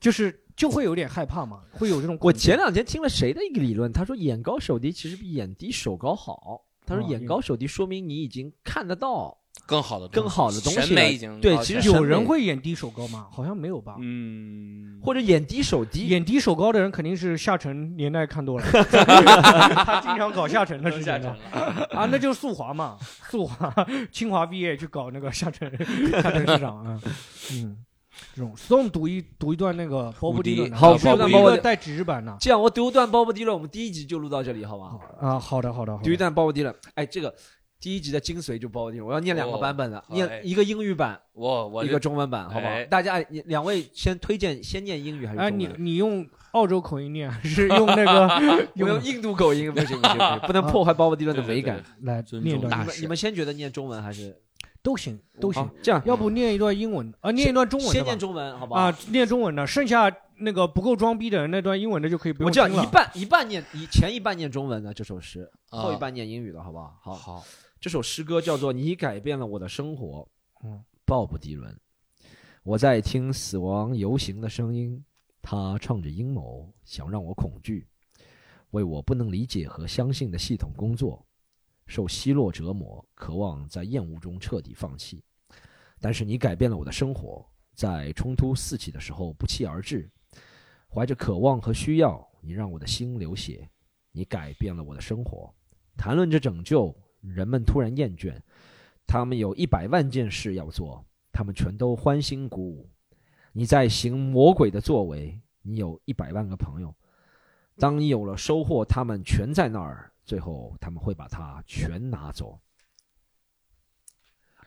A: 就是就会有点害怕嘛，会有这种恐
B: 我
A: 惧
B: 前两天听了谁的一个理论，他说眼高手低其实比眼低手高好。他说
A: 哦
B: 眼高手低说明你已经看得到
C: 更好的东西
B: 更好的东西
C: 审
B: 了
C: 美已经
B: 对
C: 高
B: 其
C: 起来
B: 实
C: 了
A: 有人会眼低手高吗？好像没有吧。
C: 嗯，
B: 或者眼低手低。
A: 眼低手高的人肯定是下沉年代看多 了，他经常搞下沉的事情
C: 下沉
A: 的
C: 了。
A: 啊，那就是速滑嘛，速滑，清华毕业去搞那个下沉下沉市场啊，嗯，这种。所以我们读一读一段那个鲍勃迪伦的，
B: 好
A: 你是有
B: 鲍勃
A: 一
B: 迪伦
A: 个带纸质版的
B: 这样，我读一段鲍勃迪伦，我们第一集就录到这里，好吧？
A: 啊，好的好的好
B: 读一
A: 的，
B: 段鲍勃迪伦，哎，这个第一集的精髓就鲍勃迪伦，我要念两个
C: 哦
B: 版本的，
C: 好哎
B: 念一个英语版，
C: 我我
B: 一个中文版，好不好
C: 哎？
B: 大家哎你两位先推荐，先念英语还是
A: 哎，
B: 中
A: 你
B: 文？
A: 你用澳洲口音念还是用那 个
B: 有没有
A: 用
B: 印度口音？不行不行，不 行不能破坏鲍勃迪伦的美感。
A: 来
C: 尊
A: 念一
C: 重
A: 段
B: 你
C: 大
A: 英
C: 师
A: 文
B: 们你们先觉得念中文还是
A: 都行都行
B: 好，这样，
A: 要不念一段英文啊，念一段中文
B: 先
A: 的吧
B: 念中文，好不好
A: 啊？，念中文的，剩下那个不够装逼的人那段英文的就可以不
B: 我
A: 用
B: 这
A: 听
B: 样一
A: 了。
B: 半一半念，以前一半念中文的这首诗，
C: 啊
B: 后一半念英语的，好不好？好，
C: 好
B: 这首诗歌叫做《你改变了我的生活》，
A: 嗯，
B: 鲍勃迪伦。我在听死亡游行的声音，他唱着阴谋，想让我恐惧，为我不能理解和相信的系统工作。受奚落折磨，渴望在厌恶中彻底放弃。但是你改变了我的生活，在冲突四起的时候不期而至，怀着渴望和需要，你让我的心流血，你改变了我的生活。谈论着拯救，人们突然厌倦，他们有一百万件事要做，他们全都欢欣鼓舞。你在行魔鬼的作为，你有一百万个朋友。当你有了收获，他们全在那儿，最后他们会把它全拿走。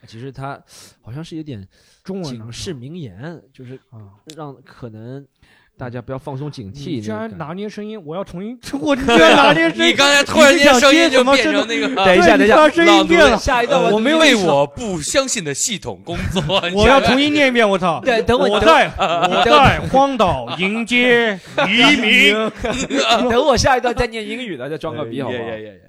B: 其实他好像是有点
A: 中文
B: 警
A: 呢
B: 示名言，就是
A: 啊，
B: 让可能大家不要放松警
A: 你
B: 惕。
A: 居
B: 那
A: 然
B: 种
A: 拿
B: 感
A: 捏声音，我要重新， 我居然拿捏声
C: 你
A: 音，
C: 刚才突然
A: 你是
C: 间
A: 想
C: 声
A: 接
C: 音就
A: 什么
C: 变
A: 这
C: 成
A: 个
C: 那个
B: 觉，等一下，等
A: 突
B: 一下
A: 然，声
C: 朗
A: 音
C: 读
A: 变
C: 的
A: 了，
B: 下一段
A: 呃我没有
C: 为
A: 意识到
C: 我不相信的系统工作，你
A: 我要
C: 想
A: 重新念一遍，我操！
B: 对 等我
A: 呃我
B: 等嗯
A: 在我在荒岛迎 接移民，
B: 等我下一段再念英语的，再装个逼 好不好？
C: Yeah, yeah, yeah,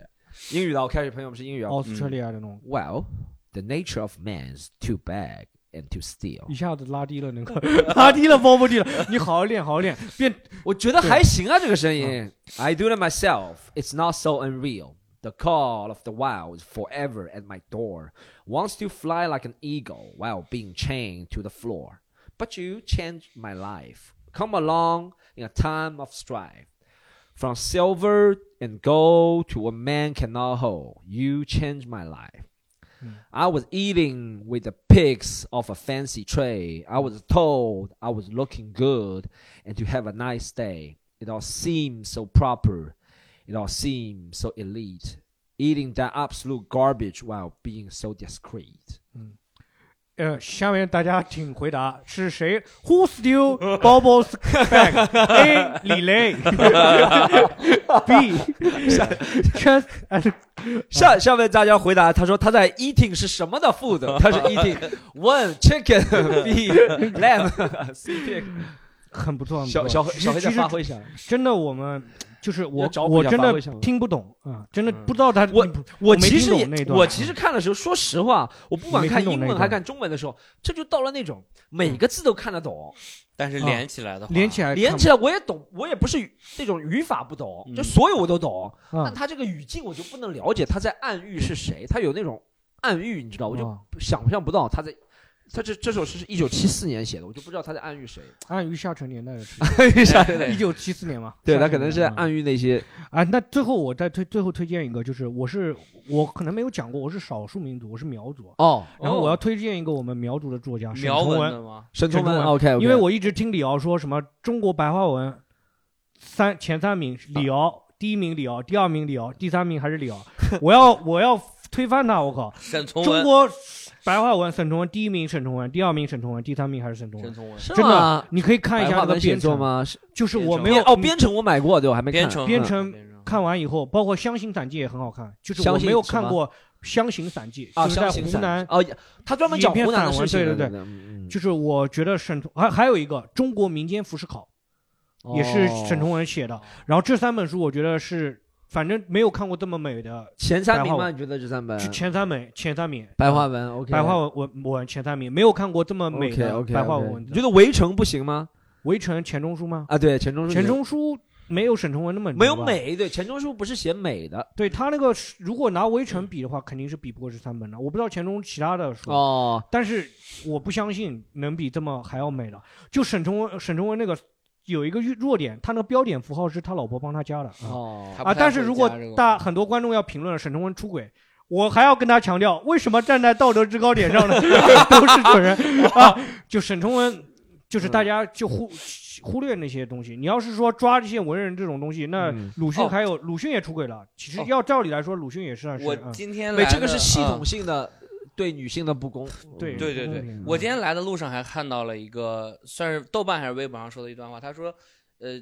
C: yeah.
B: 英语的，我开始，朋友们是英语啊。
A: 澳大利亚这种
B: Well, the nature of man's to beg and to steal
A: 一。下子拉低了 那个拉低了包袱地了。你好好练，好好练，变
B: 我觉得还行啊，这个声音。I do it myself. It's not so unreal. The call of the wild is forever at my door. Wants to fly like an eagle while being chained to the floor. But you changed my life. Come along in a time of strife. From silver and gold to what man cannot hold, you changed my life. I was eating with the pigs off a fancy tray. I was told I was looking good and to have a nice day. It all seemed so proper. It all seemed so elite. Eating that absolute garbage while being so discreet.
A: 呃，下面大家请回答是谁？Who steal Bobo's bag？A. 李雷，B. Chance and
B: 下下面大家回答，他说他在 eating 是什么的 food？他是 eating one chicken b lamb c pig。
A: 很不错，很不
B: 小
A: 错
B: 小
A: 其实
B: 小黑再
A: 其实
B: 发挥一下。
A: 真的，我们就是我
B: 要找，
A: 我
B: 比较
A: 真
B: 发
A: 的
B: 挥性
A: 听不懂啊，真的
C: 嗯
A: 不知道他。
B: 我
A: 没
B: 其
A: 听
B: 实
A: 懂
B: 也
A: 那，段
B: 我其实看的时候，说实话，我不管
A: 没
B: 看
A: 听懂
B: 英
A: 那
B: 文
A: 一
B: 还
A: 段
B: 看中文的时候，这就到了那种每个字都看得懂，
C: 但是连起来的话，
A: 啊连起来哎看
B: 连
A: 不
B: 起来我也懂，我也不是语那种语法不懂，
C: 嗯
B: 就所有我都懂，
A: 啊
B: 但他这个语境我就不能了解他在暗喻是谁，他有那种暗喻，你知道，我就
A: 啊
B: 想象不到他在。他这这首诗是一九七四年写的，我就不知道他在暗喻谁。
A: 暗喻下沉年代的事
B: 暗 喻啥？
A: 情，一
C: 对
A: 九七四年嘛。
B: 对
A: 下
B: 他
A: 沉
B: 可能
A: 年
B: 是在
A: 代
B: 暗喻那些
A: 啊，那最后我再推最后推荐一个，就是我是我可能没有讲过，我是少数民族，我是苗族。
B: 哦。
A: 然后我要推荐一个我们苗族的作家啊沈
C: 苗
A: 从
C: 文
A: 文，
C: 的吗？
B: 沈从
A: 沈从
B: 文
A: 文
B: ，OK，
A: 因为我一直听李敖说什么中国白话文三前三名李
C: 啊
A: 敖，第一名李敖，第二名李敖，第三名还是李敖，我要我要推翻他，我靠！
C: 沈从
A: 中
C: 文，
A: 国白话文沈从文第一名沈从文，第二名沈从文，第三名还是沈从
C: 沈
A: 文，
C: 从文，
B: 真
A: 真的，你可以看一
B: 白
A: 下
B: 话
A: 那个
B: 文写
A: 编
B: 作
A: 程，
B: 吗？是
A: 就是
C: 编
A: 我
C: 程
A: 没
B: 编
A: 有
B: 哦，
A: 你
B: 编程我买过，对我还没看。
C: 编程
A: 编
B: 嗯
A: 程看完以后，包括《湘行散记》也很好看，就是我
B: 湘行
A: 没有
B: 什么
A: 看过《湘行散记》，
B: 啊，
A: 就是在
B: 湘行
A: 湖
B: 散
A: 南，
B: 哦，他专门讲湖南的事情
A: 一
B: 的，
A: 篇散文对对
B: 对，嗯
A: 就是我觉得沈从还还有一个《中国民间服饰考》，也是沈。
B: 哦
A: 从文写的。然后这三本书，我觉得是反正没有看过这么美的，
B: 前三名
A: 白话
B: 吗？
A: 文
B: 你觉得这三本？
A: 是前三名，前三名
B: 嗯白话文，OK，
A: 白话文文前三名，没有看过这么美
B: OK
A: 的
B: OK，
A: 白话文文
B: 你
A: 字。
B: 觉得《围城》不行吗？
A: 围城钱钟书吗？
B: 啊，对，钱钟书，
A: 钱钟书没有沈从文那么牛
B: 没有
A: 吧，
B: 美，对，钱钟书不是写美的
A: 对他那个是如果拿围城比的话，肯定是比不过这三本的。我不知道钱钟其他的书
B: 哦，
A: 但是我不相信能比这么还要美了。就沈从文，沈从文那个有一个弱点，他那个标点符号是他老婆帮他加的啊。
B: 哦
C: 他不
A: 啊，
C: 太
A: 但是
C: 会
A: 如果
C: 加这个
A: 大很多观众要评论沈从文出轨，我还要跟他强调，为什么站在道德制高点 上呢？都是蠢人啊！就沈从文，就是大家就忽忽略那些东西。你要是说抓这些文人这种东西，那
B: 嗯
A: 鲁
C: 哦
A: 迅还有鲁迅也出轨了。其实
C: 哦
A: 要照理来说，鲁迅也算是
C: 我
A: 嗯
C: 今天
B: 对，
C: 来
B: 这个
C: 的
B: 是系统
C: 嗯
B: 性的对女性的不公，
A: 嗯
B: 嗯
A: 对
C: 对对对
A: 公平，
C: 我今天来的路上还看到了一个，算是豆瓣还是微博上说的一段话，他说，呃，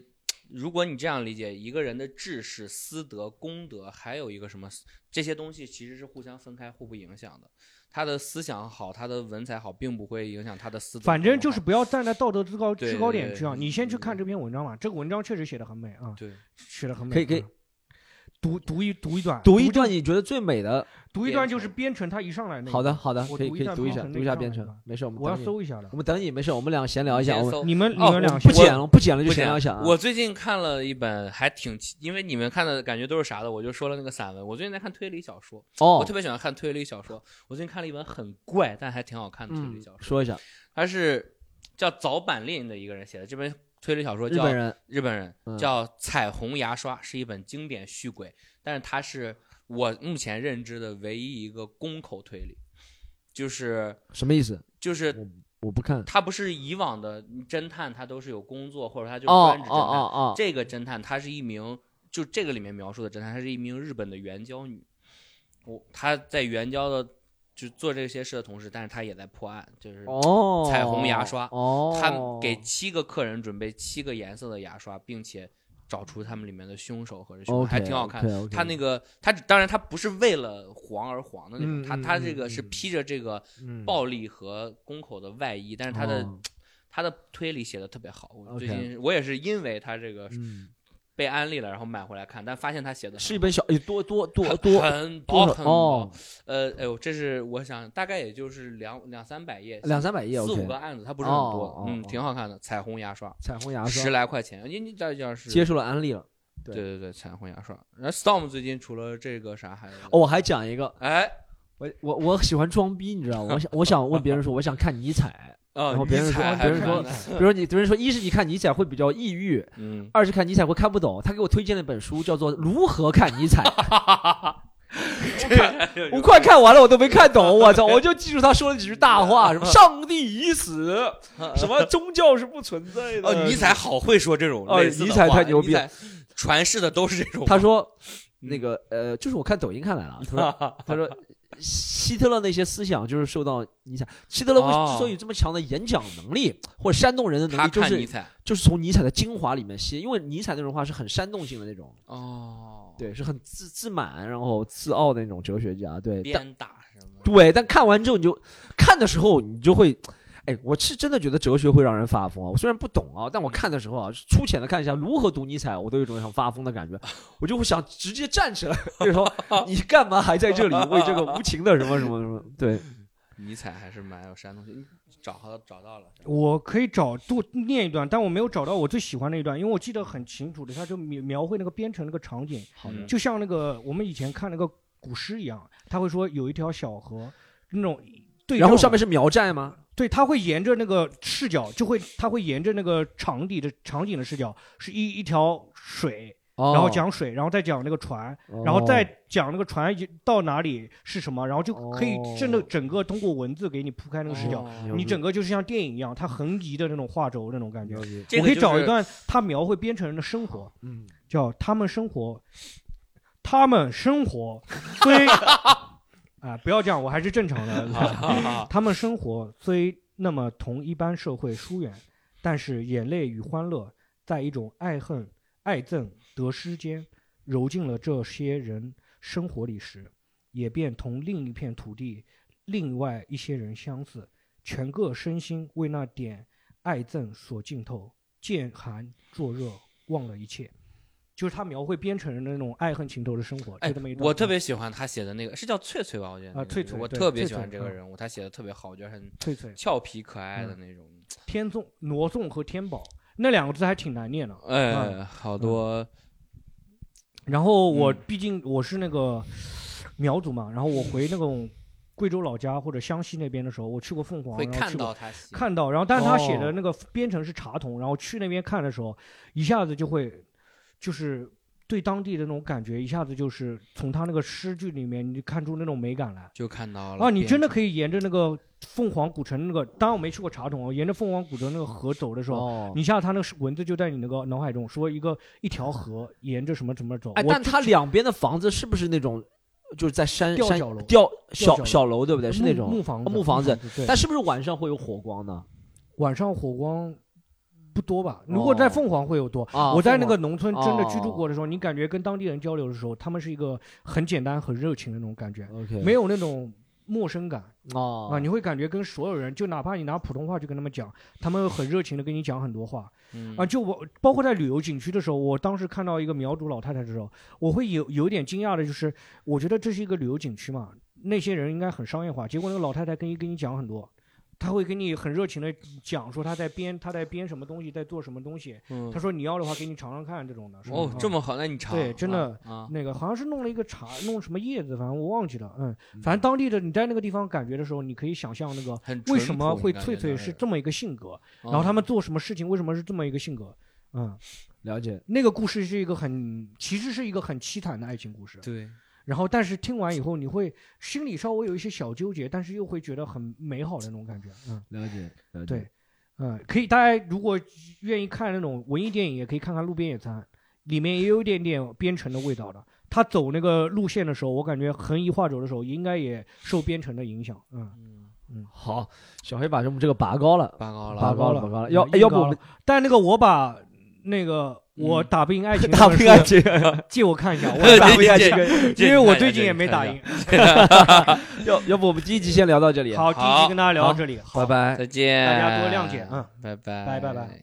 C: 如果你这样理解，一个人的智识、私德、公德，还有一个什么，这些东西其实是互相分开、互不影响的。他的思想好，他的文采好，并不会影响他的私德和文化。
A: 反正就是不要站在道德制高
C: 对
A: 制高
C: 对
A: 点
C: 对
A: 去啊！
C: 对
A: 你先去
C: 嗯
A: 看这篇文章吧，这个文章确实写的很美啊，
C: 对，
A: 写的很美啊。
B: 可以可以
A: 读读一读一段，
B: 读一段
A: 这，
B: 你觉得最美的？
A: 读一段就是编程，它一上来那个。
B: 好的，，好的，
A: 我
B: 可以
A: 读
B: 可
A: 一
B: 以
A: 段
B: 读一
A: 编
B: 下，
A: 程
B: 读一
A: 那
B: 下
A: 个
B: 编
A: 上来
B: 程
A: 吧，
B: 没事，我们
A: 我要
B: 等你
A: 搜一下的
B: 我。们等你，没事，我们俩闲聊一下。
C: 先
B: 我们
C: 搜
A: 你们你
C: 哦
A: 们俩先
B: 不
C: 我
B: 剪了，不剪了就
C: 不
B: 闲
C: 剪
B: 聊一下啊。
C: 我最近看了一本还挺奇，因为你们看的感觉都是啥的，我就说了那个散文。我最近在看推理小说，我
B: 哦
C: 特，别喜欢看推理小说。我最近看了一本很怪但还挺好看的推理
B: 嗯
C: 小，说，
B: 说一下
C: 它是叫早坂令的一个人写的。这本推理小说
B: 日
C: 叫
B: 本人
C: 日本人
B: 嗯
C: 叫《彩虹牙刷》，是一本经典续鬼，但是它是我目前认知的唯一一个公口推理，就是
B: 什么意思？
C: 就是
B: 我不看。
C: 他不是以往的侦探，他都是有工作或者他就是
B: 哦
D: oh,
C: 专职侦
B: 哦
C: 探，
B: 哦哦，
C: 这个侦探她是一名，就这个里面描述的侦探，她是一名日本的援交女。我她在援交的就做这些事的同时，但是她也在破案，就是
B: 哦，
C: 彩虹牙刷
B: 哦，
C: 她给七个客人准备七个颜色的牙刷，并且找出他们里面的凶手和凶手，还挺好看。
B: 的。
C: 她那个，她当然她不是为了黄而黄的那
A: 嗯
C: 种，她
A: 嗯
C: 她
A: 嗯
C: 这个是
B: 嗯
C: 披着这个暴力和公口的外衣，但是她的
B: 哦
C: 她的推理写的特别好。我最
B: OK
C: 近我也是因为她这个
B: 嗯
C: 被安利了，然后买回来看，但发现他写的
B: 是一本小，哎多多多
C: 很
B: 多
C: 很薄
B: 多
C: 很薄
B: 哦。，
C: 呃，哎呦，这是我想大概也就是两两三百页，
B: 两三百页
C: 四五
B: OK
C: 个。案子，它不是很
B: 哦
C: 多
B: 哦，
C: 嗯，
B: 哦
C: 挺好看的。彩虹牙刷，
B: 彩虹牙
C: 十
B: 刷
C: 来块钱，你你这要是
B: 接受了安利了。
C: 对对对，彩虹牙刷。然后 Storm 最近除了这个啥还有？
B: 哦，，我还讲一个，
C: 哎，
B: 我我我喜欢装逼，你知道吗？我想我想问别人说， 我想看尼采。
C: 哦
B: 然后，
C: 尼
B: 别人
C: 采
B: 说
C: 还
B: 别人
C: 看
B: 说
C: 呢
B: 比如说你别人说，一是你看尼采会比较抑郁，
C: 嗯，
B: 二是看尼采会看不懂。他给我推荐了一本书，叫做《如何看尼采》。 我快看完了，我都没看懂， 我操！我就记住他说了几句大 话，什么上帝已死，什么宗教是不存在的。
C: 哦，尼采好会说这种
B: 哦
C: 类似的
B: 尼采
C: 话
B: 太牛逼，
C: 尼采传世的都是这种话。
B: 他说
C: 嗯
B: 那个呃，就是我看抖音看来了，他 说他说希特勒那些思想就是受到尼采，希特勒
C: 哦
B: 为之所以有这么强的演讲能力或者煽动人的能
C: 他
B: 力，就
C: 看尼
B: 是
C: 采
B: 就是从尼采的精华里面吸，因为尼采那种话是很煽动性的那种，
C: 哦，，
B: 对，是很自自满然后自傲的那种哲学家，对，但
C: 鞭打什么的？
B: 对，但看完之后你就看的时候你就会。哎，我是真的觉得哲学会让人发疯啊！我虽然不懂啊，
A: 嗯
B: 但我看的时候啊，粗浅的看一下如何读尼采，啊我都有一种想发疯 的感觉，我就会想直接站起来， 就说你干嘛还在这里为这个无情的什么什么什么？对，
C: 尼采还是蛮有山东西，你找到找到了。
A: 我可以找多念一段，但我没有找到我最喜欢那一段，因为我记得很清楚的，它就描描绘那个编程那个场景，
B: 好
C: 的嗯
A: 就像那个我们以前看那个古诗一样，他会说有一条小河，那种对
B: 然后
A: 照
B: 上面是苗寨吗？
A: 对，他会沿着那个视角，就会他会沿着那个场地的场景的视角，是一一条水，
B: 哦
A: 然后，讲水，然后再讲那个船，然
C: 哦
A: 后再讲那个船到哪里是什么，然后就可以真的
B: 哦
A: 整个通过文字给你铺开那个视角，
C: 哦
A: 你整个就是像电影一样，它横移的那种画轴那种感觉。
C: 这个
A: 我可以
C: 就是
A: 找一段他描绘编程人的生活，
B: 嗯，
A: 叫他们生活，他们生活 虽啊、不要这样，我还是正常的。 他们生活虽那么同一般社会疏远，但是眼泪与欢乐在一种爱恨、爱憎、得失间揉进了这些人生活里时，也便同另一片土地、另外一些人相似，全个身心为那点爱憎所浸透，见寒作热，忘了一切。就是他描绘编程人的那种爱恨情仇的生活，
C: 哎
A: 就这么一，段
C: 我
B: 嗯
C: 特别喜欢他写的那个，是叫翠翠吧？我觉得那
A: 啊
C: 个
A: 翠
C: 人
A: 翠
C: 我
A: 对
C: 特别
A: 翠
C: 喜欢
A: 翠
C: 这个
A: 嗯
C: 人物，他写的特别好，我觉得很
A: 翠翠
C: 俏皮可爱的那种。
A: 天纵、挪纵和天宝那两个字还挺难念的。
C: 哎，好多
A: 然后我
C: 嗯
A: 毕竟我是那个苗族嘛，然后我回那种贵州老家或者湘西那边的时候，我去过凤凰，
C: 会
A: 然后
C: 看
A: 去过
C: 到他写。
A: 看到，然后但是他写
B: 哦
A: 的那个编程是茶童，然后去那边看的时候，一下子就会就是对当地的那种感觉，一下子就是从他那个诗句里面你就看出那种美感来。
C: 就看到了
A: 啊，你真的
C: 变
A: 可以沿着那个凤凰古城那个，当然我没去过茶童，哦，沿着凤凰古城那个河走的时候，
B: 哦，
A: 你像他那个文字就在你那个脑海中，说一个一条河沿着什么什么走，
B: 哎，
A: 我
B: 但它两边的房子是不是那种就是在山
A: 吊
B: 呃山
A: 脚楼
B: 吊
A: 小
B: 小
A: 楼
B: 小楼对不对？是那种
A: 木房子，
B: 哦木房子。
A: 对，
B: 但是不是晚上会有火光呢？
A: 晚上火光不多吧？如果在
B: 哦
A: 凤凰会有多。
B: 啊，
A: 我在那
B: 凤
A: 个
B: 凰
A: 农村真的居住
B: 哦
A: 过的时候，你感觉跟当地人交流的时候，他们是一个很简单、很热情的那种感觉，
B: OK
A: 没有那种陌生感
B: 哦
A: 啊，你会感觉跟所有人，就哪怕你拿普通话去跟他们讲，他们很热情的跟你讲很多话
C: 嗯
A: 啊。就我包括在旅游景区的时候，我当时看到一个苗族老太太的时候，我会有有点惊讶的，就是我觉得这是一个旅游景区嘛，那些人应该很商业化，结果那个老太太跟你跟你讲很多。她会跟你很热情的讲说她在编她在编什么东西，在做什么东西。
C: 嗯
A: 她说你要的话给你尝尝看这种的。是吧
C: 哦
A: 啊，
C: 这么好，那你尝
A: 对真的
C: 啊，
A: 那个好像是弄了一个茶，弄什么叶子，反正我忘记了。嗯，反正当地的你在那个地方感觉的时候，你可以想象那个
C: 很
A: 为
C: 淳
A: 什么
C: 朴
A: 会
C: 你感
A: 翠
C: 觉
A: 翠
C: 到
A: 是
C: 这
A: 这么一个性格，
C: 个
A: 然后他们
C: 哦
A: 做什么事情为什么是这么一个性格。嗯，
B: 了解，
A: 那个故事是一个很，其实是一个很凄惨的爱情故事。
C: 对
A: 然后，但是听完以后，你会心里稍微有一些小纠结，但是又会觉得很美好的那种感觉。嗯
B: 了解，了解。
A: 对嗯，可以，大家如果愿意看那种文艺电影，也可以看看《路边野餐》，里面也有一点点编程的味道的。他走那个路线的时候，我感觉横移划走的时候，应该也受编程的影响。嗯，
C: 嗯
B: 好，小黑把我们这个拔高了，
C: 拔高
A: 拔
C: 了，
B: 拔
A: 高
B: 高
A: 了
B: 了，拔高了。
A: 嗯
B: 要
A: 硬
B: 要不
A: 高
B: 我们
A: 了但那个我把那个我
C: 嗯
A: 打不赢爱情
B: 大
A: 那本
B: 兵
A: 书
B: 爱情，
A: 借我看一下，我
C: 这
A: 也打不赢爱
C: 这
A: 情，因为我最近也没打赢。。
B: 要要 不我们第一集先聊到这里，，
A: 好，第一
C: 好
A: 集跟大家聊到
C: 好
A: 这里，好
C: 哎
B: 拜拜。
C: 再见，
A: 大家多谅解嗯，
C: 拜拜，
A: 拜拜拜。